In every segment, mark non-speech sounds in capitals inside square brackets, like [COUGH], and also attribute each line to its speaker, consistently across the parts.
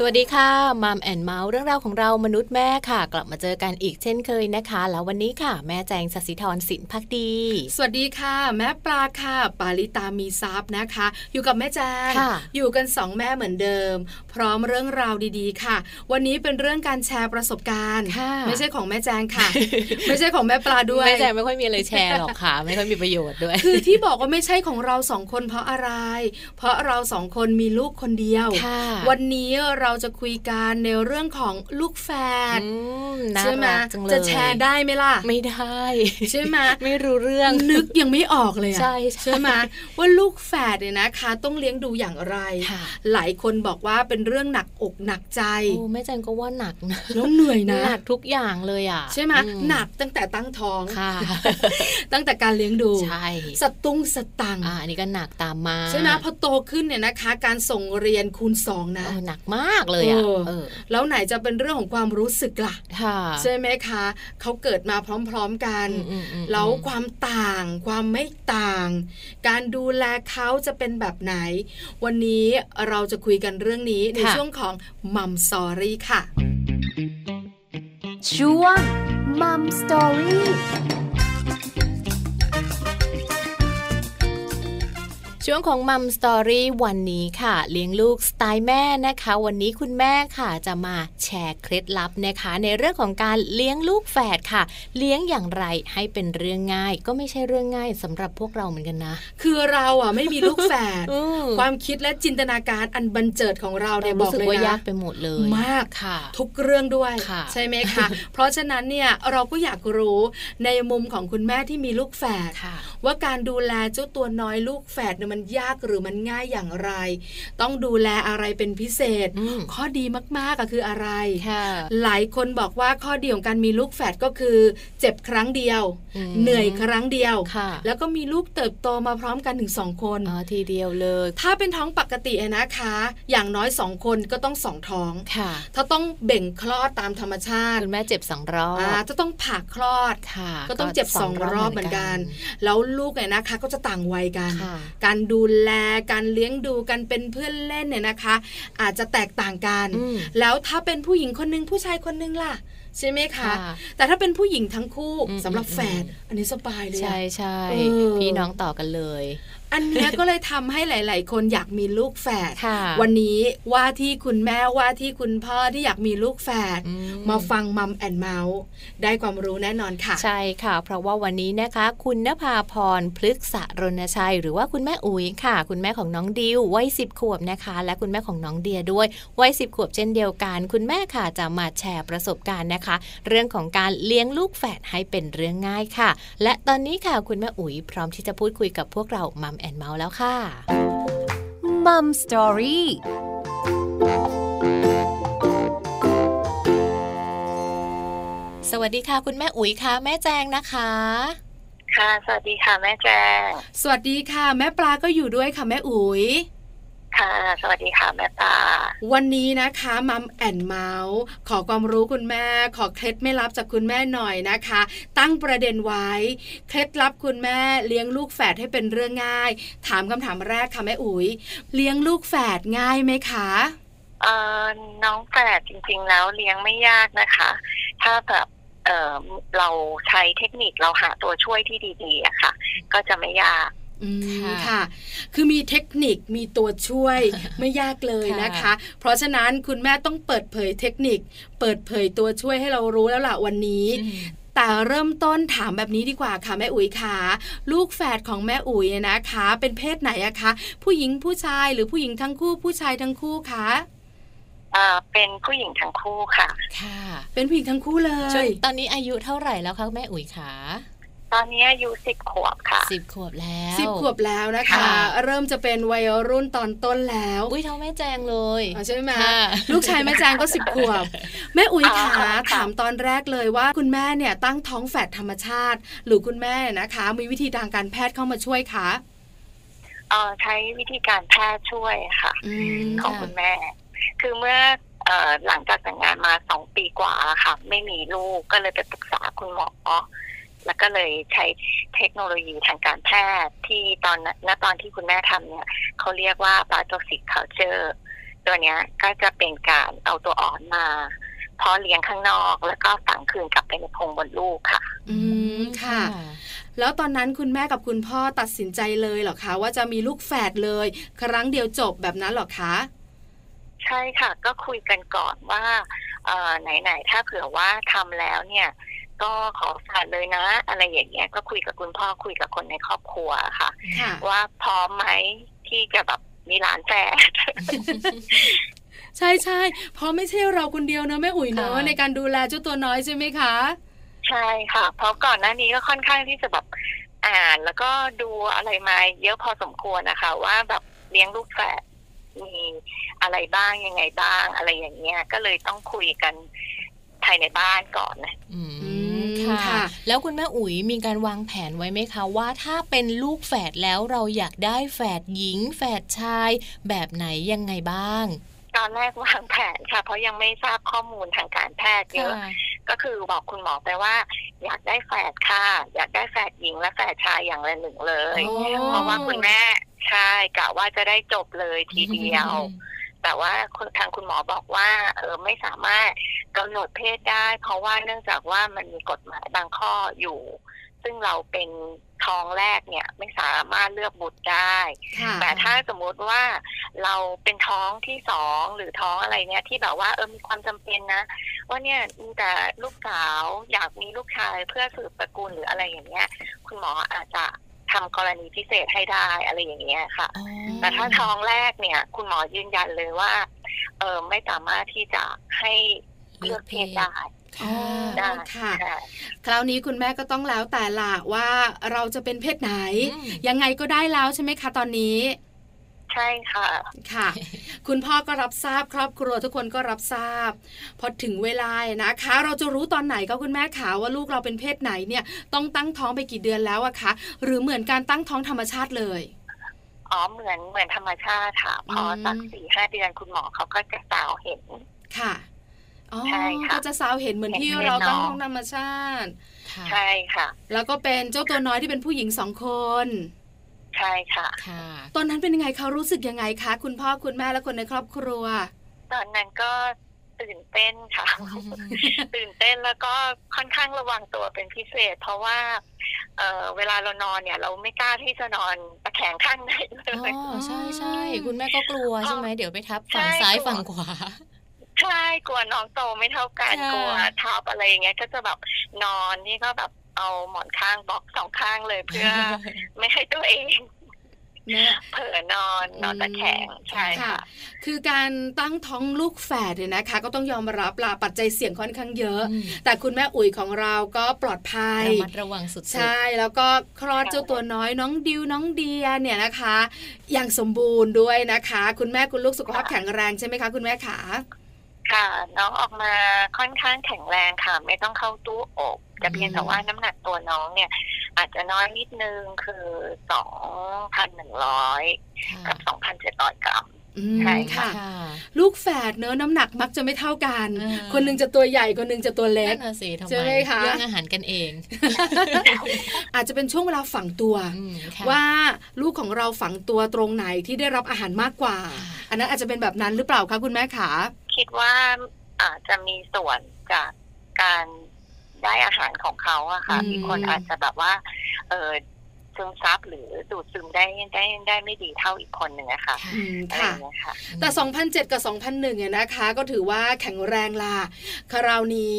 Speaker 1: สวัสดีค่ะมัมแอนเมาส์เรื่องราวของเรามนุษย์แม่ค่ะ กลับมาเจอกันอีกเช่นเคยนะคะ แล้ววันนี้ค่ะ แม่แจงสัสิธรสินพักดี
Speaker 2: สวัสดีค่ะ แม่ปลาค่ะ ปาลิตามีซับนะคะ อยู่กับแม่แจง
Speaker 1: ค่ะ
Speaker 2: อยู่กันสองแม่เหมือนเดิม พร้อมเรื่องราวดีๆ ค่ะ วันนี้เป็นเรื่องการแชร์ประสบการณ์
Speaker 1: ค่ะ
Speaker 2: ไม่ใช่ของแม่แจงค่ะ ไม่ใช่ของแม่ปลาด้วย
Speaker 1: แม่แจงไม่ค่อยมีอะไรแชร์หรอก
Speaker 2: [LAUGHS]
Speaker 1: ค่ะ ไม่ค่อยมีประโยชน์ด้วย
Speaker 2: คือที่บอกว่าไม่ใช่ของเราสองคนเพราะอะไร เพราะเราสองคนมีลูกคนเดียว
Speaker 1: ค่ะ
Speaker 2: วันนี้เราจะคุยกันในเรื่องของลูกแฝด
Speaker 1: อืมน่า
Speaker 2: ใช่ไหม
Speaker 1: รักจังเลย
Speaker 2: จะแชร์ได้ไหมล่ะ
Speaker 1: ไม่ได้ [LAUGHS]
Speaker 2: ใช่ไหม
Speaker 1: ไม่รู้เรื่อง
Speaker 2: นึกยังไม่ออกเลยอะ
Speaker 1: ใช่ใช่
Speaker 2: ไหมว่าลูกแฝดเนี่ยนะคะ ต้องเลี้ยงดูอย่างไร
Speaker 1: ค่ะ
Speaker 2: หลายคนบอกว่าเป็นเรื่องหนักอกหนักใจ
Speaker 1: โอ้แม่แจงก็ว่าหนักนะ
Speaker 2: แล้วเหนื่อยนะ
Speaker 1: หนักทุกอย่างเลยอ่ะ
Speaker 2: ใช่ไหม
Speaker 1: อื
Speaker 2: หนักตั้งแต่ตั้งท้อง
Speaker 1: ค่ะ
Speaker 2: ตั้งแต่การเลี้ยงดู
Speaker 1: ใช่
Speaker 2: สตุ้งสตังค์
Speaker 1: อ่าอันนี้ก็หนักตามมา
Speaker 2: ใช่ไหมพอโตขึ้นเนี่ยนะคะ การส่งเรียนคูณสองนะ
Speaker 1: โอ้หนักมากเลยอ่ะ
Speaker 2: เออ
Speaker 1: เออ
Speaker 2: แล้วไหนจะเป็นเรื่องของความรู้สึกล่ะ
Speaker 1: ค่ะ
Speaker 2: ใช่ไหมคะเขาเกิดมาพร้อมๆกัน
Speaker 1: อืมอืมอืม
Speaker 2: แล้วความต่างความไม่ต่าง การดูแลเขาจะเป็นแบบไหน วันนี้เราจะคุยกันเรื่องนี้ใน
Speaker 1: ค่ะ
Speaker 2: ช่วงของมัมสอรี่ค่ะ
Speaker 3: ช่วงมัมสตอรี่
Speaker 1: ช่วงของมัมสตอรี่วันนี้ค่ะ เลี้ยงลูกสไตล์แม่นะคะ วันนี้คุณแม่ค่ะจะมาแชร์เคล็ดลับนะคะ ในเรื่องของการเลี้ยงลูกแฝดค่ะ เลี้ยงอย่างไรให้เป็นเรื่องง่าย ก็ไม่ใช่เรื่องง่ายสำหรับพวกเราเหมือนกันนะ
Speaker 2: คือเราอ่ะไม่มีลูกแฝด
Speaker 1: [LAUGHS] อืม
Speaker 2: ความคิดและจินตนาการอันบันเจิดของเราเนี่ยบ
Speaker 1: รู้
Speaker 2: อก
Speaker 1: สึก
Speaker 2: เลย
Speaker 1: ว่า
Speaker 2: นะ
Speaker 1: ยากไปหมดเลย
Speaker 2: มาก
Speaker 1: ค่ะ
Speaker 2: ทุกเรื่องด้วย
Speaker 1: ค่ะ
Speaker 2: ใช่ไหมคะ
Speaker 1: [LAUGHS]
Speaker 2: เพราะฉะนั้นเนี่ยเราก็อยากรู้ในมุมของคุณแม่ที่มีลูกแฝด
Speaker 1: ค่ะ
Speaker 2: ว่าการดูแลเจ้าตัวน้อยลูกแฝดเนี่ยมันยากหรือมันง่ายอย่างไร ต้องดูแลอะไรเป็นพิเศษ
Speaker 1: อืม
Speaker 2: ข้อดีมากๆก็คืออะไร
Speaker 1: ค่ะ
Speaker 2: หลายคนบอกว่าข้อดีของการมีลูกแฝดก็คือ เจ็บครั้งเดียว
Speaker 1: อืม
Speaker 2: เหนื่อยครั้งเดียว
Speaker 1: ค่ะ
Speaker 2: แล้วก็มีลูกเติบโตมาพร้อมกันถึงสองคน
Speaker 1: อ๋อทีเดียวเลย
Speaker 2: ถ้าเป็นท้องปกติอะนะคะ อย่างน้อยสองคนก็ต้องสองท้อง
Speaker 1: ค่ะ
Speaker 2: ถ้าต้องเบ่งคลอดตามธรรมชาติ
Speaker 1: คุณแม่เจ็บสองรอบ
Speaker 2: อ่าถ้าต้องผ่าคลอด
Speaker 1: ค่ะ
Speaker 2: ก็ต้องเจ็บสองรอบเหมือนกัน แล้วลูกเนี่ยนะคะก็จะต่างวัยกัน
Speaker 1: ค่ะ
Speaker 2: การดูแล การเลี้ยงดูกันเป็นเพื่อนเล่นเนี่ยนะคะ อาจจะแตกต่างกัน
Speaker 1: อืม
Speaker 2: แล้วถ้าเป็นผู้หญิงคนนึงผู้ชายคนนึงล่ะ ใช่ไหมคะ
Speaker 1: ค่ะ
Speaker 2: แต่ถ้าเป็นผู้หญิงทั้งคู่
Speaker 1: อืม
Speaker 2: สำหรับ
Speaker 1: อืม
Speaker 2: แฝดอันนี้สบายเลยอะ
Speaker 1: ใช่ใช่
Speaker 2: เออ
Speaker 1: พี่น้องต่อกันเลย
Speaker 2: อันเนี้ยก็เลยทำให้หลาย ๆ คนอยากมีลูกแฝด
Speaker 1: ค่ะ
Speaker 2: วันนี้ว่าที่คุณแม่ว่าที่คุณพ่อที่อยากมีลูกแฝด
Speaker 1: อื
Speaker 2: มาฟังมัมแอนเมาส์ได้ความรู้แน่นอนค่ะ
Speaker 1: ใช่ค่ะ เพราะว่าวันนี้นะคะ คุณนภาพรพฤกษรณชัย หรือว่าคุณแม่อุ๋ยค่ะ คุณแม่ของน้องดิววัยสิบขวบนะคะ และคุณแม่ของน้องเดียด้วยวัยสิบขวบเช่นเดียวกัน คุณแม่ค่ะจะมาแชร์ประสบการณ์นะคะ เรื่องของการเลี้ยงลูกแฝดให้เป็นเรื่องง่ายค่ะ และตอนนี้ค่ะคุณแม่อุ๋ยพร้อมที่จะพูดคุยกับพวกเรามัมแอนเมาส์แล้วค่ะ
Speaker 3: มัมสตอรี่
Speaker 1: สวัสดีค่ะ คุณแม่อุ๋ยค่ะ แม่แจงนะคะ
Speaker 4: ค่ะ สวัสดีค่ะ แม่แจง
Speaker 2: สวัสดีค่ะ แม่ปลาก็อยู่ด้วยค่ะแม่อุ๋ย
Speaker 4: ค่ะ สวัสดีค่ะ แม่ตา
Speaker 2: วันนี้นะคะมัมแอนเมาส์ขอความรู้คุณแม่ ขอเคล็ดไม่ลับจากคุณแม่หน่อยนะคะ ตั้งประเด็นไว้ เคล็ดลับคุณแม่เลี้ยงลูกแฝดให้เป็นเรื่องง่าย ถามคำถามแรกค่ะแม่อุ๋ย เลี้ยงลูกแฝดง่ายไหมคะ
Speaker 4: เอ่อน้องแฝดจริง ๆ แล้วเลี้ยงไม่ยากนะคะ ถ้าแบบเอ่อเราใช้เทคนิคเราหาตัวช่วยที่ดีๆอะค่ะ ก็จะไม่ยาก
Speaker 2: อืม
Speaker 1: ค่ะ
Speaker 2: ค่ะ คือมีเทคนิคมีตัวช่วย ไม่ยากเลยนะคะ
Speaker 1: ค่ะ
Speaker 2: เพราะฉะนั้นคุณแม่ต้องเปิดเผยเทคนิค เปิดเผยตัวช่วยให้เรารู้แล้วล่ะวันนี้ แต่เริ่มต้นถามแบบนี้ดีกว่าค่ะแม่อุ๋ยค่ะ ลูกแฝดของแม่อุ๋ยนะคะ เป็นเพศไหนอะคะ ผู้หญิงผู้ชายหรือผู้หญิงทั้งคู่ผู้ชายทั้งคู่คะ
Speaker 4: เอ่อเป็นผู้หญิงทั้งคู่ค่ะ
Speaker 1: ค่ะ
Speaker 2: เป็นผู้หญิงทั้งคู่เล
Speaker 1: ช่วย งตอนนี้อายุเท่าไหร่แล้วคะแม่อุ๋ยคะ
Speaker 4: ตอนนี้อายุสิบขวบค่ะ
Speaker 1: สิบขวบแล้ว
Speaker 2: สิบขวบแล้วนะคะ
Speaker 1: ค่ะ
Speaker 2: เริ่มจะเป็นวัยรุ่นตอนต้นแล้ว
Speaker 1: อุ้ยเท่าแม่แจงเลย
Speaker 2: อ๋อใช่ไหม
Speaker 1: ค่ะ
Speaker 2: ลูกชายแม่แจงก็สิบขวบ แม่อุ๋ยขา
Speaker 4: อ๋อค่ะ
Speaker 2: ถามตอนแรกเลยว่าคุณแม่เนี่ยตั้งท้องแฝดธรรมชาติ หรือคุณแม่นะคะ มีวิธีทางการแพทย์เข้ามาช่วยคะ
Speaker 4: เอ่อใช้วิธีการแพทย์ช่วยค่ะ
Speaker 2: อืม
Speaker 1: ค่ะ
Speaker 4: ของคุณแม่ คือเมื่อเออหลังจากแต่งงานมาสองปีกว่าค่ะ ไม่มีลูกก็เลยไปปรึกษาคุณหมอ แล้วก็เลยใช้เทคโนโลยีทางการแพทย์ที่ตอนนั้นณตอนที่คุณแม่ทำเนี่ยเขาเรียกว่า pathologic culture ตัวเนี้ยก็จะเป็นการเอาตัวอ่อนมาเพาะเลี้ยงข้างนอก แล้วก็ฝังคืนกลับไปในโพรงบนลูกค่ะ
Speaker 2: อืมค่ะ แล้วตอนนั้นคุณแม่กับคุณพ่อตัดสินใจเลยเหรอคะว่าจะมีลูกแฝดเลย ครั้งเดียวจบแบบนั้นเหรอคะ
Speaker 4: ใช่ค่ะ ก็คุยกันก่อนว่าเอ่อไหนๆถ้าเผื่อว่าทำแล้วเนี่ย ก็ขอฝากเลยนะ อะไรอย่างเงี้ยก็คุยกับคุณพ่อคุยกับคนในครอบครัวค่ะ
Speaker 2: ค่ะ
Speaker 4: ว่าพร้อมไหมที่จะแบบมีหลานแฝด [LAUGHS]
Speaker 2: ใช่ใช่เพราะไม่ใช่เราคนเดียวเนอะแม่อุ๋ยเนอะ
Speaker 1: ค่ะ
Speaker 2: ในการดูแลเจ้าตัวน้อยใช่ไหมคะ
Speaker 4: ใช่ค่ะ เพราะก่อนหน้านี้ก็ค่อนข้างที่จะแบบอ่านแล้วก็ดูอะไรมาเยอะพอสมควรนะคะ ว่าแบบเลี้ยงลูกแฝดมีอะไรบ้างยังไงบ้างอะไรอย่างเงี้ย ก็เลยต้องคุยกันภายในบ้านก่อนนะ
Speaker 1: อืม
Speaker 2: อืม
Speaker 1: ค่ะ
Speaker 2: ค่ะ
Speaker 1: แล้วคุณแม่อุ๋ยมีการวางแผนไว้ไหมคะ ว่าถ้าเป็นลูกแฝดแล้วเราอยากได้แฝดหญิง แฝดชาย แบบไหนยังไงบ้าง
Speaker 4: ตอนแรกวางแผนค่ะ เพราะยังไม่ทราบข้อมูลทางการแพทย์เยอะ ก็คือบอกคุณหมอไปว่า อยากได้แฝดค่ะ อยากได้แฝดหญิงและแฝดชายอย่างละหนึ่งเลย
Speaker 2: โอ้
Speaker 4: เพราะว่าคุณแม่ใช่กะว่าจะได้จบเลยทีเดียว แต่ว่าคุณทางคุณหมอบอกว่า เออไม่สามารถกำหนดเพศได้ เพราะว่าเนื่องจากว่ามันมีกฎหมายบางข้ออยู่ ซึ่งเราเป็นท้องแรกเนี่ย ไม่สามารถเลือกบุตรได้
Speaker 2: ค่ะ
Speaker 4: แต่ถ้าสมมุติว่าเราเป็นท้องที่สองหรือท้องอะไรเนี่ยที่แบบว่าเออมีความจำเป็นนะ ว่าเนี่ยมีแต่ลูกสาวอยากมีลูกชายเพื่อสืบตระกูลหรืออะไรอย่างเงี้ย คุณหมออาจจะทำกรณีพิเศษให้ได้อะไรอย่างเงี้ยค่ะ
Speaker 1: อ๋อ
Speaker 4: แต่ถ้าท้องแรกเนี่ย คุณหมอยืนยันเลยว่าเออไม่สามารถที่จะให้เลือกเพศได้
Speaker 1: ค่ะ
Speaker 2: ได้
Speaker 4: ค่ะ
Speaker 2: คราวนี้คุณแม่ก็ต้องแล้วแต่ละว่าเราจะเป็นเพศไหน
Speaker 1: อืม
Speaker 2: ยังไงก็ได้แล้วใช่ไหมคะตอนนี้
Speaker 4: ใช่ค่ะ
Speaker 2: ค่ะ คุณพ่อก็รับทราบครอบครัวทุกคนก็รับทราบ พอถึงเวลานะคะ เราจะรู้ตอนไหนก็คุณแม่ขาว่าลูกเราเป็นเพศไหนเนี่ย ต้องตั้งท้องไปกี่เดือนแล้วอะคะหรือเหมือนการตั้งท้องธรรมชาติเลย
Speaker 4: อ๋อเหมือนเหมือนธรรมชาติค่ะ พอสัก
Speaker 2: อืม
Speaker 4: สี่ห้าเดือนคุณหมอเขาก็จะสาวเห็น
Speaker 2: ค่ะอ๋อ
Speaker 4: ใช่ค่ะ
Speaker 2: ก็จะสาวเห็นเหมือนที่
Speaker 4: เห็นแน่นอน
Speaker 2: เราตั้งท้องธรรมชาติ
Speaker 1: ค่ะ
Speaker 4: ใช่ค่ะ
Speaker 2: แล้วก็เป็นเจ้าตัวน้อยที่เป็นผู้หญิงสองคน
Speaker 4: ใช่ค่ะ
Speaker 1: ค่ะ
Speaker 2: ตอนนั้นเป็นยังไงคะรู้สึกยังไงคะ คุณพ่อคุณแม่และคนในครอบครัว
Speaker 4: ตอนนั้นก็ตื่นเต้นค่ะ ตื่นเต้นแล้วก็ค่อนข้างระวังตัวเป็นพิเศษ เพราะว่า เออเวลาเรานอนเนี่ย เราไม่กล้าที่จะนอนตะแคงข้างไหนเล
Speaker 1: อ๋
Speaker 4: ย
Speaker 1: อใช่ใช่คุณแม่ก็กลัวใช่ไหมเดี๋ยวไปทับฝั่ง
Speaker 4: ใช่
Speaker 1: ซ้าย
Speaker 4: กลัว
Speaker 1: ฝั่งขวา
Speaker 4: ใช่กลัวน้องโตไม่เท่ากัน
Speaker 1: ค่ะ
Speaker 4: กลัวทับอะไรอย่างเงี้ยก็จะแบบนอนนี่ก็แบบเอาหมอนข้างบล็อกสองข้างเลยเพื่อ ไม่ให้ตัวเอง
Speaker 2: นะ
Speaker 4: เผลอนอนนอนตะแคงใช่
Speaker 2: ค่ะ
Speaker 4: ค่ะ
Speaker 2: คือการตั้งท้องลูกแฝดเนี่ยนะคะ ก็ต้องยอมรับละปัจจัยเสี่ยงค่อนข้างเยอะ
Speaker 1: อืม
Speaker 2: แต่คุณแม่อุ๋ยของเราก็ปลอดภัย
Speaker 1: ระมัดระวังสุดๆ
Speaker 2: ใช่แล้วก็คลอด
Speaker 4: ใช่
Speaker 2: เจ้าตัวน้อยน้องดิวน้องเดียเนี่ยนะคะ อย่างสมบูรณ์ด้วยนะคะ คุณแม่คุณลูกสุขภาพแข็งแรงใช่ไหมคะคุณแม่ขา
Speaker 4: ค่ะ น้องออกมาค่อนข้างแข็งแรงค่ะ ไม่ต้องเข้าตู้อบแต่เพียงแต่ว่าน้ำหนักตัวน้องเนี่ย อาจจะน้อยนิดนึงคือสองพันหนึ่งร้อยกับสองพันเจ็ดร้อยกรัม
Speaker 2: อืม
Speaker 4: ใช่
Speaker 2: ค่ะ ลูกแฝดเนอะน้ำหนักมักจะไม่เท่ากัน
Speaker 1: เออ
Speaker 2: คนหนึงจะตัวใหญ่คนหนึงจะตัวเล็
Speaker 1: นั่
Speaker 2: ก
Speaker 1: นน่ะสิทำไม
Speaker 2: ใช่ไหมคะ
Speaker 1: เรื่องอาหารกันเอง
Speaker 2: อาจจะเป็นช่วงเวลาฝังตัว
Speaker 1: อืมค่ะ
Speaker 2: ว่าลูกของเราฝังตัวตรงไหนที่ได้รับอาหารมากกว่า
Speaker 1: ค่ะ
Speaker 2: อันนั้นอาจจะเป็นแบบนั้นหรือเปล่าคะคุณแม่ขา
Speaker 4: คิดว่าอาจจะมีส่วนจากการได้อาหารของเขาอะค่ะ
Speaker 2: อืม
Speaker 4: มีคนอาจจะแบบว่า เออซึมซับหรือดูดซึมได้ได้ได้ไม่ดีเท่าอีกคนหนึ่งอะค่ะ
Speaker 2: อืม
Speaker 4: อะไรอ
Speaker 2: ค่ะ
Speaker 4: ย่างเงี้ยค่ะ
Speaker 2: แต่ 2007 กับ 2001เนี่ยนะคะ ก็ถือว่าแข็งแรงล่ะคราวนี้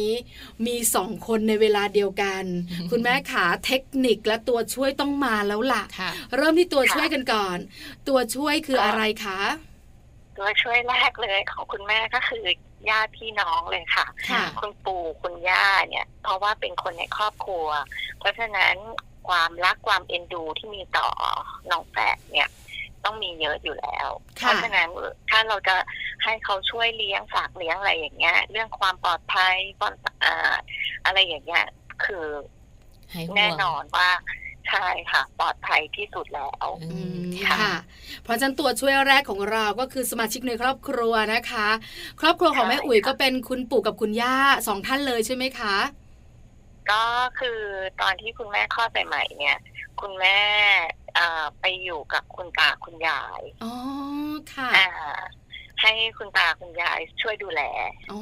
Speaker 2: มี 2 คนในเวลาเดียวกัน คุณแม่ขาเทคนิคและตัวช่วยต้องมาแล้วล่ะ
Speaker 1: ค่ะ
Speaker 2: เริ่มที่ตัวช่วยกันก่อน ตัวช่วยคืออะไรคะ
Speaker 4: ตัวช่วยแรกเลยของคุณแม่ก็คือญาติพี่น้องเลยค่ะ
Speaker 2: ค่ะ
Speaker 4: คุณปู่คุณย่าเนี่ย เพราะว่าเป็นคนในครอบครัว เพราะฉะนั้นความรักความเอ็นดูที่มีต่อน้องแฝดเนี่ย ต้องมีเยอะอยู่แล้ว เพ
Speaker 2: ค่ะ
Speaker 4: ราะฉะนั้นถ้าเราจะให้เขาช่วยเลี้ยงฝากเลี้ยงอะไรอย่างเงี้ย เรื่องความปลอดภัยความสะอาดอะไรอย่างเงี้ย คือ
Speaker 1: หายห่วง
Speaker 4: แน่นอนว่าใช่ค่ะ ปลอดภัยที่สุดแล้ว
Speaker 1: อื
Speaker 2: อื
Speaker 1: ม
Speaker 2: ม
Speaker 1: ค่ะ
Speaker 2: ค่ะ เพราะฉะนั้นตัวช่วยแรกของเราก็คือสมาชิกในครอบครัวนะคะ ครอบครัวของแม่
Speaker 4: ใช่ค่ะ
Speaker 2: อุ๋ยก็เป็นคุณปู่กับคุณย่าสองท่านเลยใช่ไหมคะ
Speaker 4: ก็คือตอนที่คุณแม่คลอดใหม่ๆเนี่ย คุณแม่เอ่อไปอยู่กับคุณตาคุณยาย
Speaker 2: อ๋อค่ะ
Speaker 4: อ่าให้คุณตาคุณยายช่วยดูแล
Speaker 2: อ๋อ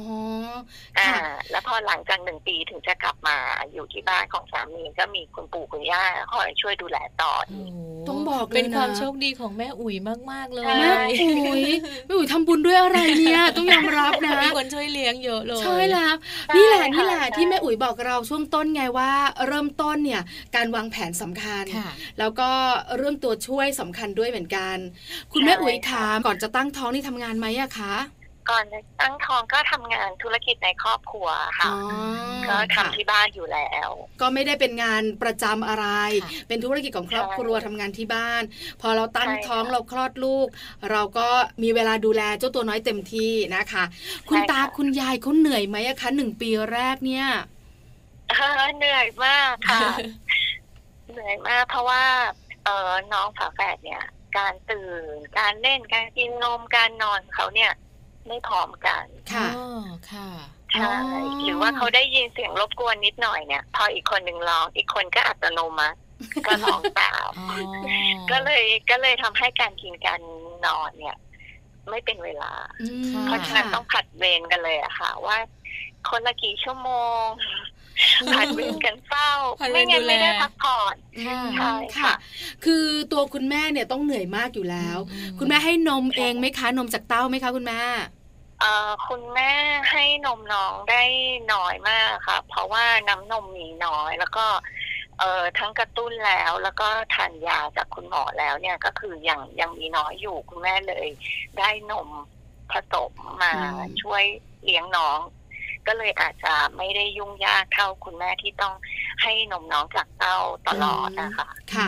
Speaker 4: อ่า
Speaker 2: ค่ะ
Speaker 4: แล้วพอหลังจากหนึ่งปีถึงจะกลับมาอยู่ที่บ้านของสามีก็มีคุณปู่คุณย่าคอยช่วยดูแลต่อ
Speaker 1: โอ้
Speaker 4: อีก
Speaker 1: โห
Speaker 2: ต้องบอกเลยนะ
Speaker 1: เป็นความโชคดีของแม่อุ๋ยมากๆเลย
Speaker 4: ใช่
Speaker 2: แม่อุ๋ยแม่อุ๋ยทำบุญด้วยอะไรเนี่ย ต้องยอมรับนะ
Speaker 1: มีคนช่วยเลี้ยงเยอะเลย
Speaker 2: ใช่แล้ว
Speaker 4: ใช่
Speaker 2: นี่แหละ
Speaker 4: ค่ะ
Speaker 2: นี่แหละ
Speaker 4: ใช่
Speaker 2: ที่แม่อุ๋ยบอกเราช่วงต้นไงว่า เริ่มต้นเนี่ยการวางแผนสำคัญ
Speaker 1: ค่ะ
Speaker 2: แล้วก็เรื่องตัวช่วยสำคัญด้วยเหมือนกัน คุณแม่อุ๋ยถามก่อนจะตั้งท้องนี่ทำงานไหมอะคะ
Speaker 4: ก่อนจะตั้งท้องก็ทำงานธุรกิจในครอบครัวค่ะ
Speaker 2: อ๋อ
Speaker 4: ก็ทำ
Speaker 2: ค่ะ
Speaker 4: ที่บ้านอยู่แล้ว [LAUGHS]
Speaker 2: ก็ไม่ได้เป็นงานประจำอะไร
Speaker 1: ค่ะ
Speaker 2: เป็นธุรกิจของครอบ
Speaker 4: ใช่
Speaker 2: ครัวทำงานที่บ้าน พอเราตั้ง
Speaker 4: ใช่ค่ะ
Speaker 2: ท้องเราคลอดลูก เราก็มีเวลาดูแลเจ้าตัวน้อยเต็มที่นะคะ คุณ
Speaker 4: ใช่
Speaker 2: ตา
Speaker 4: ค่ะ
Speaker 2: คุณยายเขาเหนื่อยไหมอะคะหนึ่งปีแรกเนี่ย
Speaker 4: เออเหนื่อยมากค่ะ เหนื่อยมากเพราะว่าเออน้องฝาแฝดเนี่ย การตื่น การเล่นการกินนมการนอนเขาเนี่ย ไม่พร้อมกัน
Speaker 2: ค่ะ
Speaker 1: อ๋อค่ะ
Speaker 4: ใช่
Speaker 2: อ๋อ
Speaker 4: หรือว่าเขาได้ยินเสียงรบกวนนิดหน่อยเนี่ย พออีกคนหนึ่งร้อง อีกคนก็อัตโนมัติก็ร้อง
Speaker 1: [LAUGHS]
Speaker 4: ตาม
Speaker 1: อ๋อ
Speaker 4: ก็เลยก็เลยทำให้การกินการนอนเนี่ย ไม่เป็นเวลา
Speaker 2: อืม
Speaker 4: เพราะฉะนั้นต้องผลัดเวรกันเลยอะค่ะ ว่า คนละกี่ชั่วโมงผลัดเวรกันเฝ้า
Speaker 1: ผลัดเวร
Speaker 4: ไม่งั้น
Speaker 1: ดูแล
Speaker 4: ไม่ได้พักผ่อน
Speaker 1: ค่ะ
Speaker 4: ใช่
Speaker 2: ค่ะ คือตัวคุณแม่เนี่ยต้องเหนื่อยมากอยู่แล้ว
Speaker 1: อืม
Speaker 2: คุณแม่ให้นมเองไหมคะ นมจากเต้าไหมคะคุณแม่
Speaker 4: เอ่อคุณแม่ให้นมน้องได้น้อยมากค่ะ เพราะว่าน้ำนมมีน้อย แล้วก็ เอ่อทั้งกระตุ้นแล้วแล้วก็ทานยาจากคุณหมอแล้วเนี่ยก็คือยังยังมีน้อยอยู่คุณแม่เลย ได้นมผสมมา
Speaker 2: อืม
Speaker 4: ช่วยเลี้ยงน้อง ก็เลยอาจจะไม่ได้ยุ่งยากเท่าคุณแม่ที่ต้องให้นมน้องจากเต้าตลอดนะคะ
Speaker 2: ค่ะ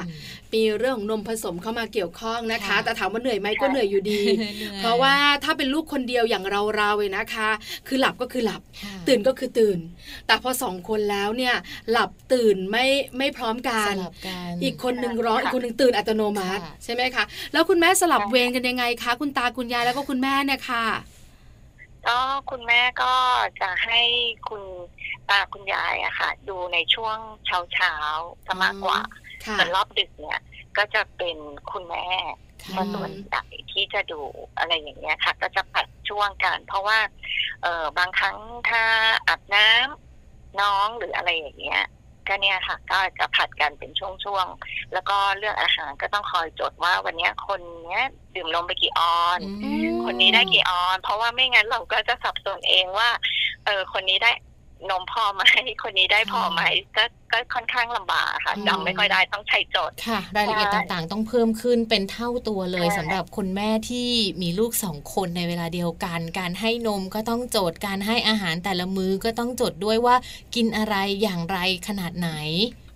Speaker 2: มีเรื่องของนมผสมเข้ามาเกี่ยวข้องนะคะ
Speaker 1: ค่ะ
Speaker 2: แต่ถามว่าเหนื่อยไหมก็เหนื่อยอยู่ดี
Speaker 1: หนื่อย
Speaker 2: เพราะว่าถ้าเป็นลูกคนเดียวอย่างเราเราๆเลยนะคะ คือหลับก็คือหลับ
Speaker 1: ค่ะ
Speaker 2: ตื่นก็คือตื่น แต่พอสองคนแล้วเนี่ย หลับตื่นไม่ไม่พร้อมกั
Speaker 1: ส
Speaker 2: น
Speaker 1: ลับกัน
Speaker 2: อีกคนหนึ่งร้อง
Speaker 4: ค่ะ
Speaker 2: อีกคนหนึ่งตื่นอัตโนมัติ
Speaker 1: ค่ะ
Speaker 2: ใช่ไหมคะ แล้วคุณแม่สลับเวรกันยังไงคะ คุณตาคุณยายแล้วก็คุณแม่เนี่ยค่ะ
Speaker 4: ก็คุณแม่ก็จะให้คุณตาคุณยายอะค่ะ ดูในช่วงเช้าเช้าๆซะมากกว่า
Speaker 2: ค่ะ
Speaker 4: ส่วนรอบดึกเนี่ย ก็จะเป็นคุณแม่
Speaker 1: ค่ะ
Speaker 4: มาส่วนใหญ่ที่จะดูอะไรอย่างเงี้ยค่ะ ก็จะผัดช่วงกัน เพราะว่า เออบางครั้งถ้าอาบน้ำน้องหรืออะไรอย่างเงี้ย ก็เนี่ยค่ะ ก็จะผัดกันเป็นช่วงๆแล้วก็เรื่องอาหารก็ต้องคอยจดว่าวันเนี้ยคนเนี้ยดื่มนมไปกี่ออน
Speaker 1: อืม
Speaker 4: คนนี้ได้กี่ออน เพราะว่าไม่งั้นเราก็จะสับสนเองว่า เออ คนนี้ได้นมพอไหม [LAUGHS] คนนี้ได้พอไหมก็ก็ค่อนข้างลำบากค่ะจำไม่ค่อยได้ต้องใช้โจทย์
Speaker 1: ค่ะ รายละเอียด
Speaker 4: ใช่
Speaker 1: ต่างๆ ต้องเพิ่มขึ้นเป็นเท่าตัวเลย
Speaker 4: ใช่
Speaker 1: สำหรับคุณแม่ที่มีลูกสองคนในเวลาเดียวกัน การให้นมก็ต้องโจทย์การให้อาหารแต่ละมื้อก็ต้องโจทย์ด้วยว่ากินอะไรอย่างไรขนาดไหน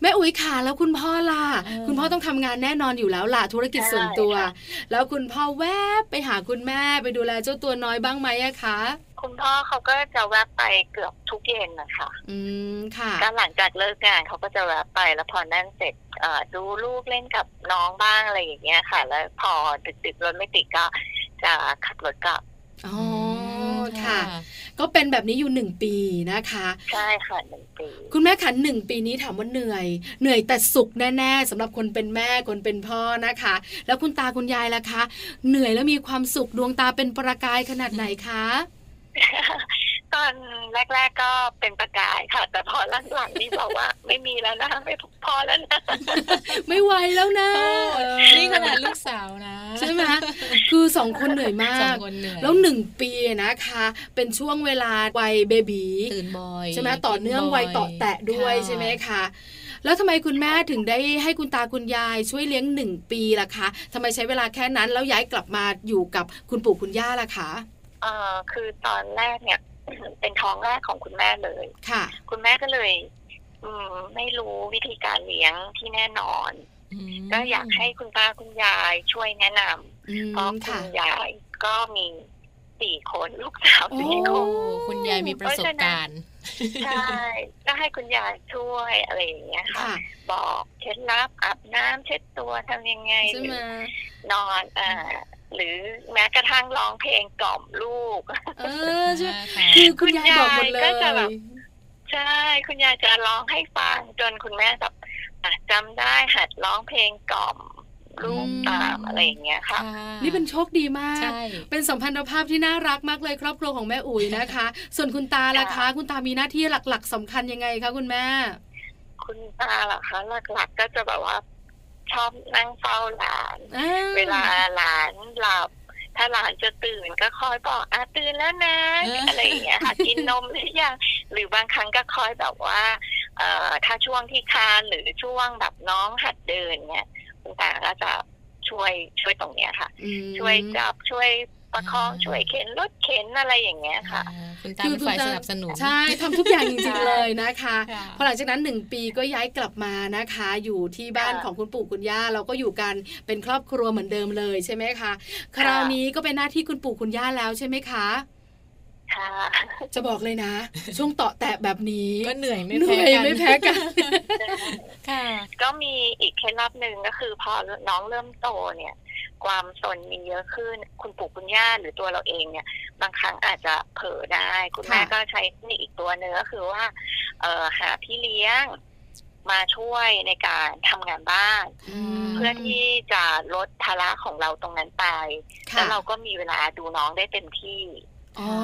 Speaker 2: แม่อุ้ยค่ะแล้วคุณพ่อล่ะ
Speaker 1: เออ
Speaker 2: คุณพ่อต้องทำงานแน่นอนอยู่แล้วล่ะธุรกิจส่วนตัว
Speaker 4: ใช่ค่ะ
Speaker 2: แล้วคุณพ่อแวบไปหาคุณแม่ไปดูแลเจ้าตัวน้อยบ้างไหมอะคะ
Speaker 4: คุณพ่อเขาก็จะแวะไปเกือบทุกเย็นนะคะ
Speaker 2: อืมค่ะ
Speaker 4: ก็หลังจากเลิกงานเขาก็จะแวะไปแล้วพอนั่นเสร็จเอ่อดูลูกเล่นกับน้องบ้างอะไรอย่างเงี้ยค่ะ แล้วพอดึกๆรถไม่ติดก็จะขับรถกลับ
Speaker 2: อ๋ออค่ะ ก็เป็นแบบนี้อยู่หนึ่งปีนะคะ
Speaker 4: ใช่ค่ะหนึ่งปี
Speaker 2: คุณแม่ขันหนึ่งปีนี้ถามว่าเหนื่อย เหนื่อยแต่สุขแน่ๆสำหรับคนเป็นแม่คนเป็นพ่อนะคะ แล้วคุณตาคุณยายล่ะคะ เหนื่อยแล้วมีความสุขดวงตาเป็นประกายขนาดไหนคะ
Speaker 4: [LAUGHS] ตอนแรก ๆ ก็เป็นประกายค่ะ แต่พอหลังๆนี่บอกว่า ไม่มีแล้วนะไม่พอแล้วนะ [LAUGHS]
Speaker 2: ไม่ไหวแล้วนะ
Speaker 1: โอ้ย นี่ขนาดลูกสาวนะ
Speaker 2: ใช่ไหมคือสองคนเหนื่อยมา
Speaker 1: สอง
Speaker 2: ก
Speaker 1: คนเหนื่อย
Speaker 2: แล้วหนึ่งปีนะคะ เป็นช่วงเวลาวัยเบบี
Speaker 1: ตื่นบ่อย
Speaker 2: ใช่ไหมต่อเนื่องวัยต่อแตะด้วย
Speaker 1: ค่ะ
Speaker 2: ใช่ไหมคะแล้วทำไมคุณแม่ถึงได้ให้คุณตาคุณยายช่วยเลี้ยงหนึ่งปีล่ะคะทำไมใช้เวลาแค่นั้น แล้วย้ายกลับมาอยู่กับคุณปู่คุณย่าล่ะคะ
Speaker 4: เออคือตอนแรกเนี่ย [COUGHS] เป็นท้องแรกของคุณแม่เลย
Speaker 2: ค่ะ
Speaker 4: คุณแม่ก็เลย อืม ไม่รู้วิธีการเลี้ยงที่แน่นอน ก็อยากให้คุณตาคุณยายช่วยแนะนำ
Speaker 2: อืม
Speaker 4: เพราะคุ
Speaker 2: ค่ะ
Speaker 4: ณยายก็มีสี่คนลูกสาว
Speaker 2: โอ้
Speaker 4: สี่ค
Speaker 1: โอ้
Speaker 4: น
Speaker 1: คุณยายมีประสบการณ์
Speaker 4: ใช่ก็ให้คุณยายช่วยอะไรอย่างเงี้ยค่ะ
Speaker 2: ค่ะ
Speaker 4: บอกเคล็ดลับอาบน้ำเช็ดตัวทำยังไง
Speaker 2: ใช่
Speaker 4: หรือ
Speaker 2: ไหม
Speaker 4: นอนอ่าหรือแม้กระทั่งร้องเพลงกล่อมลูก [LAUGHS]
Speaker 2: เออใช่คือคุณยายบอกหมดเล
Speaker 4: คุณยายก็
Speaker 2: ย
Speaker 4: จะแบบ ใช่คุณยายจะร้องให้ฟังจนคุณแม่แบบอ่ะจำได้หัดร้องเพลงกล่อมลูกตามอะไรอย่างเงี้ยค่ะ
Speaker 1: ค่ะ
Speaker 2: นี่เป็นโชคดีมาก
Speaker 1: ใช่
Speaker 2: เป็นสัมพันธภาพที่น่ารักมากเลยครอบครัวของแม่อุ๋ยนะคะ ส่วนคุณตาล่ะคะ คุณตามีหน้าที่หลัก ๆสำคัญยังไงคะคุณแม่
Speaker 4: คุณตาเหรอคะหลักๆก็จะแบบว่า ชอบนั่งเฝ้าหลาน
Speaker 2: อ้
Speaker 4: เวลาหลานหลับ ถ้าหลานจะตื่นก็คอยบอกอ่ะตื่นแล้วนะอะไรอย่างเงี้ย [LAUGHS] ค่ะ กินนมหรือยังหรือบางครั้งก็คอยแบบว่า เอ่อถ้าช่วงที่คลานหรือช่วงแบบน้องหัดเดินเนี่ยคุณตาก็จะช่วยช่วยตรงเนี้ยค่ะ
Speaker 2: อืม
Speaker 4: ช่วยจับช่วยประคองช่วยเข็นรถเข็นอะไรอย่างเงี้ยค่ะ
Speaker 1: อ่าคุณตา
Speaker 2: คือ
Speaker 1: เป็นฝ่าย
Speaker 2: คุณตา
Speaker 1: สนับสนุน
Speaker 2: ใช่
Speaker 4: [LAUGHS]
Speaker 2: ทำทุกอย่างจริงๆเลยนะคะ
Speaker 1: ค่ะ
Speaker 2: พอหลังจากนั้นหนึ่งปีก็ย้ายกลับมานะคะ อยู่ที่บ้าน
Speaker 4: ค่ะ
Speaker 2: ของคุณปู่คุณย่าเราก็อยู่กันเป็นครอบครัวเหมือนเดิมเลยใช่ไหมคะคราวนี้ก็เป็นหน้าที่คุณปู่คุณย่าแล้วใช่ไหมคะ
Speaker 4: ค่ะ
Speaker 2: จะบอกเลยนะ ช่วงต่อแตะแบบนี้
Speaker 1: ก็เหนื่อยไม่
Speaker 2: เห
Speaker 1: แพ้
Speaker 2: นื่อย
Speaker 1: กัน
Speaker 2: ไม่แพ้กัน
Speaker 1: ค่ะ
Speaker 4: ก็มีอีกเคล็ดลับหนึ่งก็คือ พอน้องเริ่มโตเนี่ย ความสนมีเยอะขึ้น คุณปู่คุณย่าหรือตัวเราเองเนี่ย บางครั้งอาจจะเผลอได้ คุณแม่
Speaker 2: ค่ะ
Speaker 4: ก็ใช้เทคนิคอีกตัวหนึ่งก็คือว่า เออหาพี่เลี้ยงมาช่วยในการทำงานบ้าน
Speaker 2: อืม
Speaker 4: เพื่อที่จะลดภาระของเราตรงนั้นไป
Speaker 2: ค่ะ
Speaker 4: แล้วเราก็มีเวลาดูน้องได้เต็มที่
Speaker 2: อ๋อ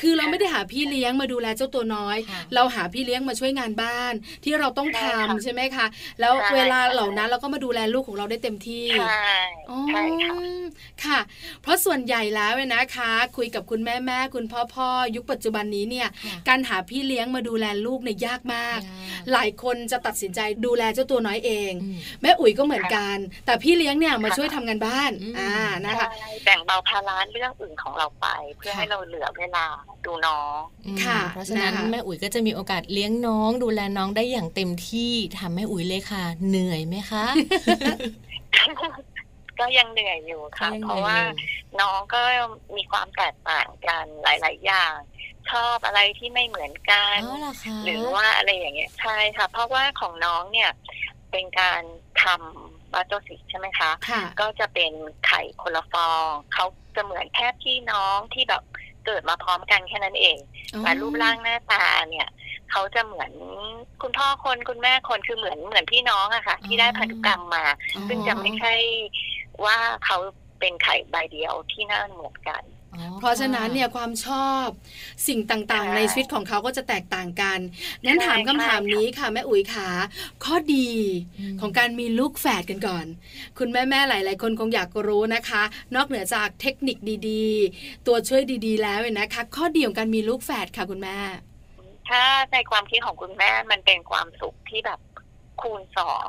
Speaker 2: คือเราไม่ได้หาพี่เลี้ยงมาดูแลเจ้าตัวน้อย
Speaker 1: ค่ะ
Speaker 2: เราหาพี่เลี้ยงมาช่วยงานบ้าน ที่เราต้อง
Speaker 4: ใช่
Speaker 2: ทำ
Speaker 4: ค่ะ
Speaker 2: ใช่ไหมคะ แล้ว
Speaker 4: ใช่
Speaker 2: เวลาเหล่านั้นเราก็มาดูแลลูกของเราได้เต็มที่
Speaker 4: ใช่ใช่ค่ะ
Speaker 2: อ๋อค่ะ เพราะส่วนใหญ่แล้วเนี่ยนะคะ คุยกับคุณแม่แม่ๆคุณพ่อพ่อยุคปัจจุบันนี้เนี่ย
Speaker 1: ค่ะ
Speaker 2: การหาพี่เลี้ยงมาดูแลลูกเนี่ยยากมาก
Speaker 1: ยาก
Speaker 2: หลายคนจะตัดสินใจดูแลเจ้าตัวน้อยเอง
Speaker 1: อืม
Speaker 2: แม่อุ๋ยก็เหมือนกัน แต่พี่เลี้ยงเนี่ยมา
Speaker 4: ค่ะ
Speaker 2: ช่วยทำงานบ้าน
Speaker 1: อืม
Speaker 2: อ่านะคะ
Speaker 4: ใช่แบ่งเบาภาระเรื่องอื่นของเราไป เพื่อ
Speaker 1: ค่ะ
Speaker 4: ให้เราเหลือเวลาดูน้อง
Speaker 1: อืม
Speaker 2: ค่ะ
Speaker 1: เพราะฉะนั้น
Speaker 2: นะคะ
Speaker 1: แม่อุ๋ยก็จะมีโอกาสเลี้ยงน้องดูแลน้องได้อย่างเต็มที่ถามแม่อุ๋ยเลยค่ะ เหนื่อยไหมคะ
Speaker 4: [LAUGHS] ก็ยังเหนื่อยอยู่ค่ะ
Speaker 1: ยังห
Speaker 4: เพ
Speaker 1: นื่อย
Speaker 4: ราะว่า
Speaker 1: อยู่
Speaker 4: น้องก็มีความแตกต่างกันหลาย ๆ อย่าง ชอบอะไรที่ไม่เหมือนกัน
Speaker 1: อ๋อเหรอคะ
Speaker 4: หรือว่าอะไรอย่างเงี้ยใช่ค่ะ เพราะว่าของน้องเนี่ย เป็นการทำบาโตซิกใช่ไหมคะ
Speaker 2: ค่ะ
Speaker 4: ก็จะเป็นไข่คนละฟองเขาจะเหมือนแทบพี่น้องที่แบบเกิดมาพร้อมกันแค่นั้นเอง แต่รูปร่างหน้าตาเนี่ยเขาจะเหมือนคุณพ่อคนคุณแม่คนคือเหมือนเหมือนพี่น้องอะค่ะ ที่ได้พันธุกรรมมา
Speaker 2: อ๋อ
Speaker 4: ซึ่งจะไม่ใช่ว่าเขาเป็นไข่ใบเดียวที่หน้าเหมือนกัน
Speaker 1: อ๋อ
Speaker 2: เพราะฉะนั้นเนี่ย
Speaker 1: ค่
Speaker 2: ความชอบสิ่งต่าง
Speaker 4: ใช่
Speaker 2: ๆ ในชีวิตของเขาก็จะแตกต่างกัน งั้นถาม
Speaker 4: ใช่
Speaker 2: คำถาม
Speaker 4: ใช่
Speaker 2: นี้ค่ะแม่อุ๋ยขาข้อดี
Speaker 1: อืม
Speaker 2: ของการมีลูกแฝดกันก่อน คุณแม่ๆหลาย ๆ คนคงอยากรู้นะคะ นอกเหนือจากเทคนิคดีๆ ตัวช่วยดีๆ แล้วเนี่ยนะคะ ข้อดีของการมีลูกแฝดค่ะคุณแม่
Speaker 4: ถ้าในความคิดของคุณแม่มันเป็นความสุขที่แบบคูณสอง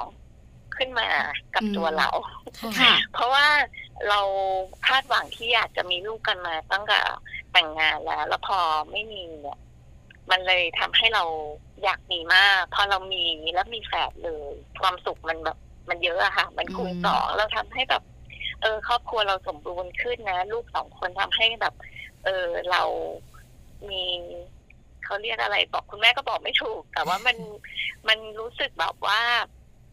Speaker 4: ขึ้นมากับ
Speaker 2: อืม
Speaker 4: ตัวเรา
Speaker 2: ค่ะ
Speaker 4: เพราะว่าเราคาดหวังที่อยากจะมีลูกกันมาตั้งแต่แต่งงานแล้ว แล้วพอไม่มีเนี่ย มันเลยทำให้เราอยากมีมาก พอเรามีแล้วมีแฝดเลย ความสุขมันแบบ มันเยอะอะค่ะ มันคูณ
Speaker 2: อืม
Speaker 4: สองเราทำให้แบบ เออ ครอบครัวเราสมบูรณ์ขึ้นนะ ลูกสองคนทำให้แบบ เออเรามีเขาเรียกอะไรบอกคุณแม่ก็บอกไม่ถูก แต่ว่ามัน [LAUGHS] มันรู้สึกแบบว่า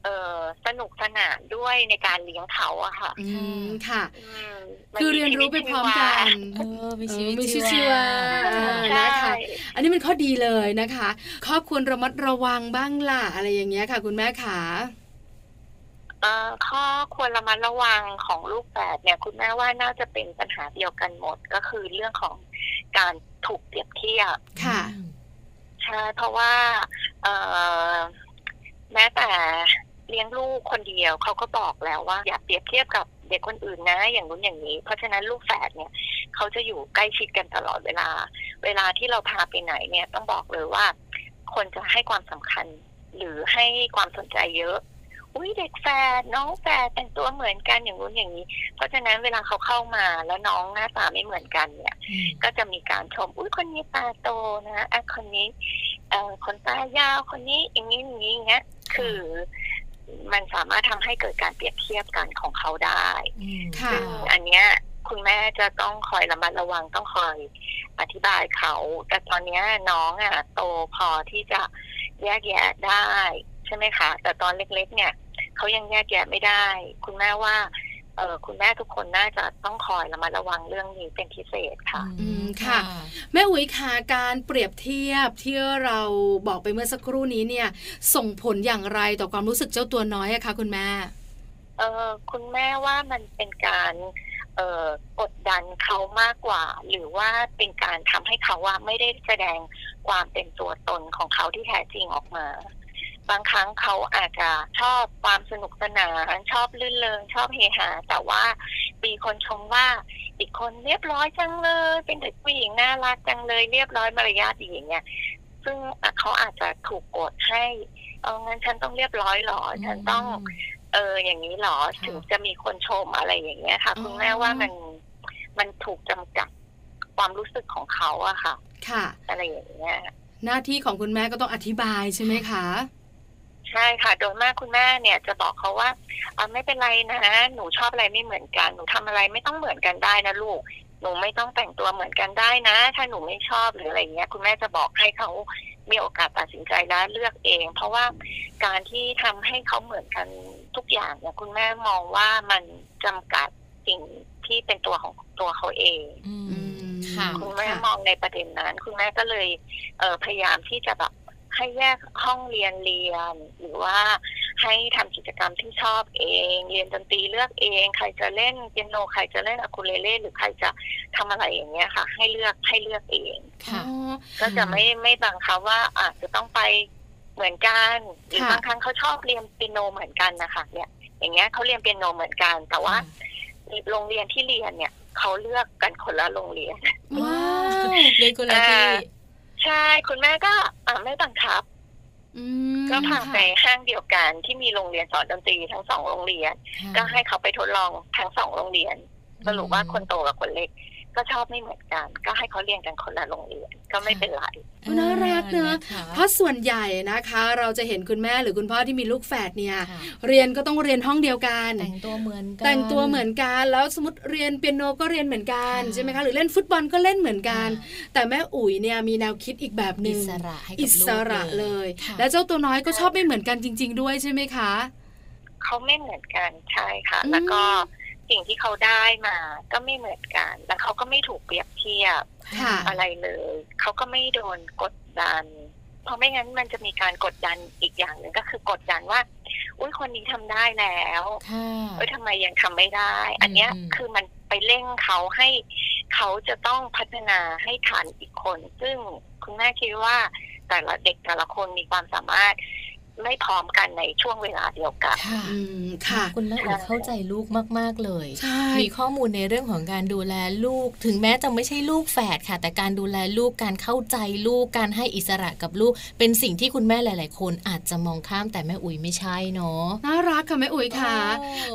Speaker 4: เออสนุกสนานด้วยในการเลี้ยงเขาอะค่ะ
Speaker 2: อืมค่ะ
Speaker 4: อืมมั
Speaker 2: คือเรียนรู้ไปพร้อมกัน
Speaker 1: เออมีชีวิต
Speaker 2: เออมีชีวิต
Speaker 1: ชี
Speaker 2: ชี
Speaker 1: วาว
Speaker 2: า
Speaker 4: ใช่
Speaker 2: นะคะ อันนี้เป็นข้อดีเลยนะคะข้อควรระมัดระวังบ้างล่ะอะไรอย่างเงี้ยค่ะ คุณแม่ขา
Speaker 4: เอ่อข้อควรระมัดระวังของลูกแฝดเนี่ย คุณแม่ว่าน่าจะเป็นปัญหาเดียวกันหมดก็คือเรื่องของการถูกเปรียบเทียบ
Speaker 2: ค่ะ
Speaker 1: อืม
Speaker 4: ใช่เพราะว่าเอ่อแม้แต่เลี้ยงลูกคนเดียวเขาก็บอกแล้วว่า อย่าเปรียบเทียบกับเด็กคนอื่นนะ อย่างนู้นอย่างนี้ เพราะฉะนั้นลูกแฝดเนี่ยเขาจะอยู่ใกล้ชิดกันตลอดเวลา เวลาที่เราพาไปไหนเนี่ยต้องบอกเลยว่า คนจะให้ความสำคัญ หรือให้ความสนใจเยอะ อุ้ยเด็กแฝดน้องแฝดแต่งตัวเหมือนกันอย่างนู้นอย่างนี้ เพราะฉะนั้นเวลาเขาเข้ามาแล้วน้องหน้าตาไม่เหมือนกันเนี่ย
Speaker 1: อืม
Speaker 4: ก็จะมีการชมอุ้ยคนนี้ตาโตนะอ่ะคนนี้เอ่อคนตายาวคนนี้อย่างนี้อย่างนี้อย่างเงี้ยคือมันสามารถทำให้เกิดการเปรียบเทียบกันของเขาได้
Speaker 1: อืม
Speaker 2: ค่ะ
Speaker 4: ซึ่งอันเนี้ยคุณแม่จะต้องคอยระมัดระวังต้องคอยอธิบายเขา แต่ตอนเนี้ยน้องอ่ะโตพอที่จะแยกแยะได้ ใช่ไหมคะ แต่ตอนเล็กๆ เนี่ยเขายังแยกแยะไม่ได้ คุณแม่ว่า เออคุณแม่ทุกคนน่าจะต้องคอยระมัดระวังเรื่องนี้เป็นพิเศษค่ะ
Speaker 2: อืมค่ะ แม่อุ๋ยค่ะการเปรียบเทียบที่เราบอกไปเมื่อสักครู่นี้เนี่ย ส่งผลอย่างไรต่อความรู้สึกเจ้าตัวน้อยอะคะคุณแม่
Speaker 4: เออคุณแม่ว่ามันเป็นการเออกดดันเขามากกว่า หรือว่าเป็นการทำให้เขาว่าไม่ได้แสดงความเป็นตัวตนของเขาที่แท้จริงออกมา บางครั้งเขาอาจจะชอบความสนุกสนานชอบลื่นเลงชอบเฮฮาแต่ว่ามีคนชมว่าอีกคนเรียบร้อยจังเลย เป็นเด็กผู้หญิงน่ารักจังเลย เรียบร้อยมารยาทดีอย่างเงี้ยซึ่งอ่ะเขาอาจจะถูกกดให้เอางั้นฉันต้องเรียบร้อยเหรอฉันต้อง เอออย่างนี้เหรอ
Speaker 1: ค่ะ
Speaker 4: ถึงจะมีคนชมอะไรอย่างเงี้ยค่ะ
Speaker 2: อ๋อ
Speaker 4: คุณแม่ว่ามันมันถูกจำกัดความรู้สึกของเขาอะค่ะ
Speaker 2: ค่ะ
Speaker 4: อะไรอย่างเงี้ย
Speaker 2: หน้าที่ของคุณแม่ก็ต้องอธิบายใช่ไหมคะ
Speaker 4: ใช่ค่ะ โดยมากคุณแม่เนี่ยจะบอกเขาว่าเออไม่เป็นไรนะ หนูชอบอะไรไม่เหมือนกันหนูทำอะไรไม่ต้องเหมือนกันได้นะลูก หนูไม่ต้องแต่งตัวเหมือนกันได้นะ ถ้าหนูไม่ชอบหรืออะไรเงี้ย คุณแม่จะบอกให้เขามีโอกาสตัดสินใจและเลือกเอง เพราะว่าการที่ทำให้เขาเหมือนกันทุกอย่างเนี่ยคุณแม่มองว่ามันจำกัดสิ่งที่เป็นตัวของตัวเขาเอง
Speaker 1: อืมค่ะ
Speaker 4: คุณแม่
Speaker 2: ค่ะ
Speaker 4: มองในประเด็นนั้น คุณแม่ก็เลยเอ่อพยายามที่จะแบบให้แยกห้องเรียนเรียน หรือว่าให้ทำกิจกรรมที่ชอบเอง เรียนดนตรีเลือกเอง ใครจะเล่นเปียโนใครจะเล่นอะคูเลเล่หรือใครจะทำอะไรอย่างเงี้ยค่ะ ให้เลือกให้เลือกเอง
Speaker 1: ค่ะ
Speaker 2: อ๋อ
Speaker 4: ก็จะไม่ไม่บังคับว่าอาจจะต้องไปเหมือนกันหรือ
Speaker 2: ค่ะ
Speaker 4: บางครั้งเขาชอบเรียนเปียโนเหมือนกันนะคะเนี่ย อย่างเงี้ยเขาเรียนเปียโนเหมือนกัน แต่ว่าโรงเรียนที่เรียนเนี่ยเขาเลือกกันคนละโรงเรียน
Speaker 1: ว้า
Speaker 2: ว้าว ว
Speaker 1: เรียนคนละที่
Speaker 4: ใช่ คุณแม่ก็อ่ะไม่บังคับ
Speaker 2: อืม
Speaker 4: ก็พาไป
Speaker 2: ค่ะ
Speaker 4: ห้างเดียวกันที่มีโรงเรียนสอนดนตรีทั้งสองโรงเรียน ก็ให้เขาไปทดลองทั้งสองโรงเรียนสรุปว่าคนโตกับคนเล็ก ก็ชอบไม่เหมือนกัน ก็ให้เขาเรียนกันคนละโรงเรียนก็ไม่เป็นไร
Speaker 2: โอ้น่ารักเนอะเพราะส่วนใหญ่นะคะ เราจะเห็นคุณแม่หรือคุณพ่อที่มีลูกแฝดเนี่ย
Speaker 1: ค่ะ
Speaker 2: เรียนก็ต้องเรียนห้องเดียวกัน
Speaker 1: แต่งตัวเหมือนกัน
Speaker 2: แต่งตัวเหมือนกันแล้วสมมติเรียนเปียโนก็เรียนเหมือนกัน
Speaker 1: ค่ะ
Speaker 2: ใช่ไหมคะหรือเล่นฟุตบอลก็เล่นเหมือนกัน แต่แม่อุ๋ยเนี่ยมีแนวคิดอีกแบบ
Speaker 1: อิ
Speaker 2: หนึ่ง
Speaker 1: สระให้กับ
Speaker 2: อิ
Speaker 1: ลูก
Speaker 2: สระเลย
Speaker 1: ค่ะ
Speaker 2: และเจ้าตัวน้อยก็ชอบไม่เหมือนกันจริง ๆ ด้วยใช่ไหมคะ
Speaker 4: เขาไม่เหมือนกันใช่ค่ะ
Speaker 2: อืม
Speaker 4: แล้วก็สิ่งที่เขาได้มาก็ไม่เหมือนกัน แล้วเขาก็ไม่ถูกเปรียบเทียบ
Speaker 2: ค่ะ
Speaker 4: อะไรเลยเขาก็ไม่โดนกดดัน เพราะไม่งั้นมันจะมีการกดดันอีกอย่างหนึ่งก็คือกดดันว่า อุ้ยคนนี้ทำได้แล้ว
Speaker 1: ค่ะ
Speaker 4: เอ้ยทำไมยังทำไม่ได้ อันเนี้ย
Speaker 1: อืม
Speaker 4: คือมันไปเร่งเขาให้เขาจะต้องพัฒนาให้ทันอีกคน ซึ่งคุณแม่คิดว่าแต่ละเด็กแต่ละคนมีความสามารถไม่พร้อมกันในช่วงเวลาเดียวกัน
Speaker 1: ค่ะ
Speaker 2: อืมค่ะ
Speaker 1: คุณแม่อุ๋ยเข้าใจลูกมาก ๆ เลย
Speaker 2: ใช่
Speaker 1: มีข้อมูลในเรื่องของการดูแลลูก ถึงแม้จะไม่ใช่ลูกแฝดค่ะ แต่การดูแลลูกการเข้าใจลูกการให้อิสระกับลูก เป็นสิ่งที่คุณแม่หลาย ๆ คนอาจจะมองข้ามแต่แม่อุ๋ยไม่ใช่เนาะ
Speaker 2: น่ารักค่ะแม่อุ๋ยค่ะ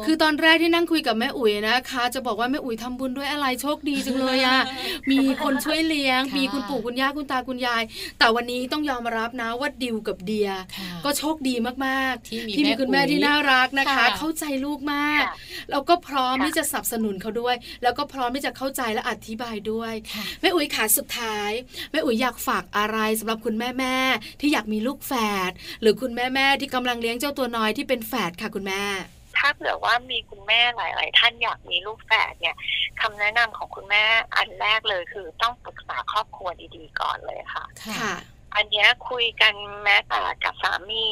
Speaker 2: คือตอนแรกที่นั่งคุยกับแม่อุ๋ยนะคะ จะบอกว่าแม่อุ๋ยทำบุญด้วยอะไรโชคดีจังเลยอะ
Speaker 1: [LAUGHS]
Speaker 2: มีคนช่วยเลี้ยง
Speaker 1: ค่ะ
Speaker 2: มีคุณปู่คุณย่าคุณตาคุณยาย แต่วันนี้ต้องยอมรับนะว่าดิวกับเดีย
Speaker 1: ค่ะ
Speaker 2: ก็โชคดีมาก
Speaker 1: ที่มี
Speaker 2: ๆ ที่มีคุณแม่
Speaker 1: อุ๋ย
Speaker 2: ที่น่ารักนะคะ
Speaker 1: ค่ะ
Speaker 2: เข้าใจลูกมาก
Speaker 4: ค่ะ
Speaker 2: แล้วก็พร้อม
Speaker 4: ค่ะ
Speaker 2: ที่จะสนับสนุนเขาด้วย แล้วก็พร้อมที่จะเข้าใจและอธิบายด้วย
Speaker 1: ค่ะ
Speaker 2: แม่อุ๋ยขาสุดท้ายแม่อุ๋ยอยากฝากอะไรสำหรับคุณแม่แม่ๆที่อยากมีลูกแฝดหรือคุณแม่แม่ๆที่กำลังเลี้ยงเจ้าตัวน้อยที่เป็นแฝดค่ะคุณแม่
Speaker 4: ถ้าเผื่อว่ามีคุณแม่หลาย ๆ ท่านอยากมีลูกแฝดเนี่ยคำแนะนำของคุณแม่อันแรกเลยคือต้องปรึกษาครอบครัวดีๆก่อนเลยค่ะ
Speaker 1: ค่ะ
Speaker 2: ค่ะ
Speaker 4: อันเนี้ยคุยกันแม้แต่กับสามี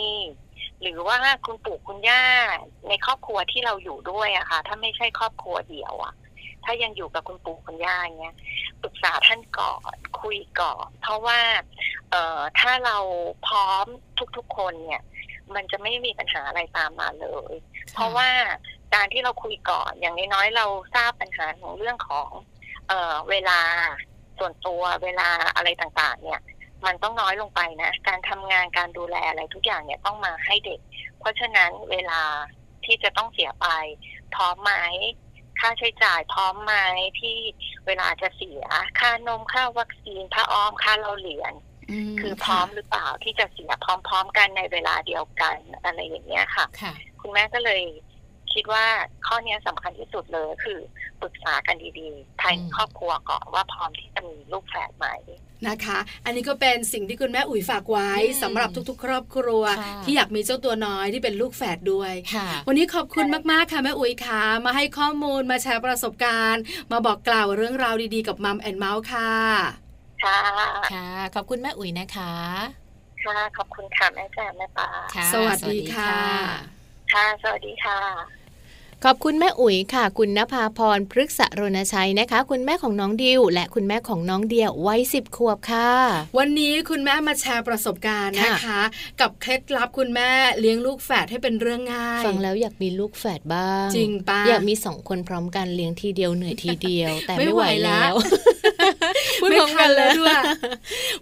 Speaker 4: หรือว่าคุณปู่คุณย่าในครอบครัวที่เราอยู่ด้วยอะค่ะ ถ้าไม่ใช่ครอบครัวเดียวอะถ้ายังอยู่กับคุณปู่คุณย่าเนี้ยปรึกษาท่านก่อนคุยก่อนเพราะว่า เอ่อถ้าเราพร้อมทุกๆคนเนี่ย มันจะไม่มีปัญหาอะไรตามมาเลย เพราะว่าการที่เราคุยก่อนอย่างน้อยๆเราทราบปัญหาของเรื่องของ เอ่อเวลาส่วนตัวเวลาอะไรต่างๆ เนี่ย มันต้องน้อยลงไปนะ การทำงานการดูแลอะไรทุกอย่างเนี่ยต้องมาให้เด็ก เพราะฉะนั้นเวลาที่จะต้องเสียไป พร้อมไหมค่าใช้จ่ายพร้อมไหมที่เวลาจะเสีย ค่านมค่าวัคซีนผ้าอ้อมค่าเราเรียน
Speaker 2: ม
Speaker 4: คือพร้อม
Speaker 2: ะ
Speaker 4: หรือเปล่าที่จะเสียพร้อม ๆ กันในเวลาเดียวกันอะไรอย่างเงี้ยค่ะ
Speaker 1: ค่ะ
Speaker 4: คุณแม่ก็เลยคิดว่าข้อเนี้ยสำคัญที่สุดเลยคือปรึกษากันดีๆภายใน
Speaker 1: อืม
Speaker 4: ครอบครัวก่อนว่าพร้อมที่จะมีลูกแฝดไหม
Speaker 2: นะคะ อันนี้ก็เป็นสิ่งที่คุณแม่อุ๋ยฝากไว้
Speaker 1: อืม
Speaker 2: สำหรับทุกๆ ครอบครัว
Speaker 1: ค่ะ
Speaker 2: ที่อยากมีเจ้าตัวน้อยที่เป็นลูกแฝดด้วย
Speaker 1: ค่ะ
Speaker 2: วันนี้ขอบคุณมาก ๆ ค่ะแม่อุ๋ยค่ะมาให้ข้อมูลมาแชร์ประสบการณ์ มาบอกกล่าวเรื่องราวดีๆ กับมัมแอนเมาส์ค่ะ
Speaker 4: ค่ะ
Speaker 1: ค่ะ ขอบคุณแม่อุ๋ยนะคะ
Speaker 4: ค่ะ ขอบคุณค่ะแม่แจ่มแม่ปลา
Speaker 1: ค่ะ
Speaker 2: สวัสดีค่ะ
Speaker 4: ค่ะ สวัสดีค่ะ
Speaker 1: ขอบคุณแม่อุ๋ยค่ะ คุณนภาพรพฤกษรณชัยนะคะ คุณแม่ของน้องดิว และคุณแม่ของน้องเดียวัยสิบขวบค่ะ
Speaker 2: วันนี้คุณแม่มาแชร์ประสบการณ์นะคะ กับเคล็ดลับคุณแม่เลี้ยงลูกแฝดให้เป็นเรื่องง่าย
Speaker 1: ฟังแล้วอยากมีลูกแฝดบ้าง
Speaker 2: จริงปะ
Speaker 1: อยากมีสองคนพร้อมกันเลี้ยงทีเดียวเหนื่อยทีเดียว แต่
Speaker 2: ไม่
Speaker 1: ไม่
Speaker 2: ไห
Speaker 1: ไห
Speaker 2: ว
Speaker 1: ว
Speaker 2: ละ
Speaker 1: แล้ว
Speaker 2: ไม่
Speaker 1: พูดพร้อม
Speaker 2: ทัน
Speaker 1: กัน
Speaker 2: แล้ว
Speaker 1: เลย
Speaker 2: ด้วย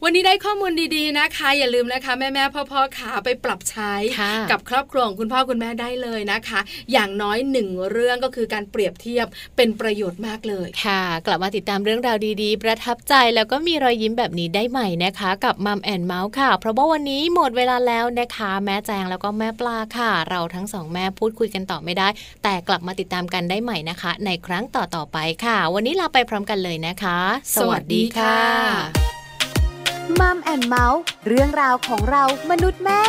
Speaker 2: วันนี้ได้ข้อมูลดีๆนะคะ อย่าลืมนะคะ แม่ๆพ่อๆขาไปปรับใช้
Speaker 1: ค่ะ
Speaker 2: กับครอบครัวของคุณพ่อคุณแม่ได้เลยนะคะ อย่างน้อยหนึ่งเรื่องก็คือการเปรียบเทียบเป็นประโยชน์มากเลย
Speaker 1: ค่ะ กลับมาติดตามเรื่องราวดีๆ ประทับใจแล้วก็มีรอยยิ้มแบบนี้ได้ใหม่นะคะ กับมัมแอนเมาส์ค่ะ เพราะว่าวันนี้หมดเวลาแล้วนะคะ แม่แจงแล้วก็แม่ปลาค่ะ เราทั้งสองแม่พูดคุยกันต่อไม่ได้ แต่กลับมาติดตามกันได้ใหม่นะคะ ในครั้งต่อๆไปค่ะ วันนี้ลาไปพร้อมกันเลยนะคะ
Speaker 3: มัมแอนเมาส์เรื่องราวของเรามนุษย์แม่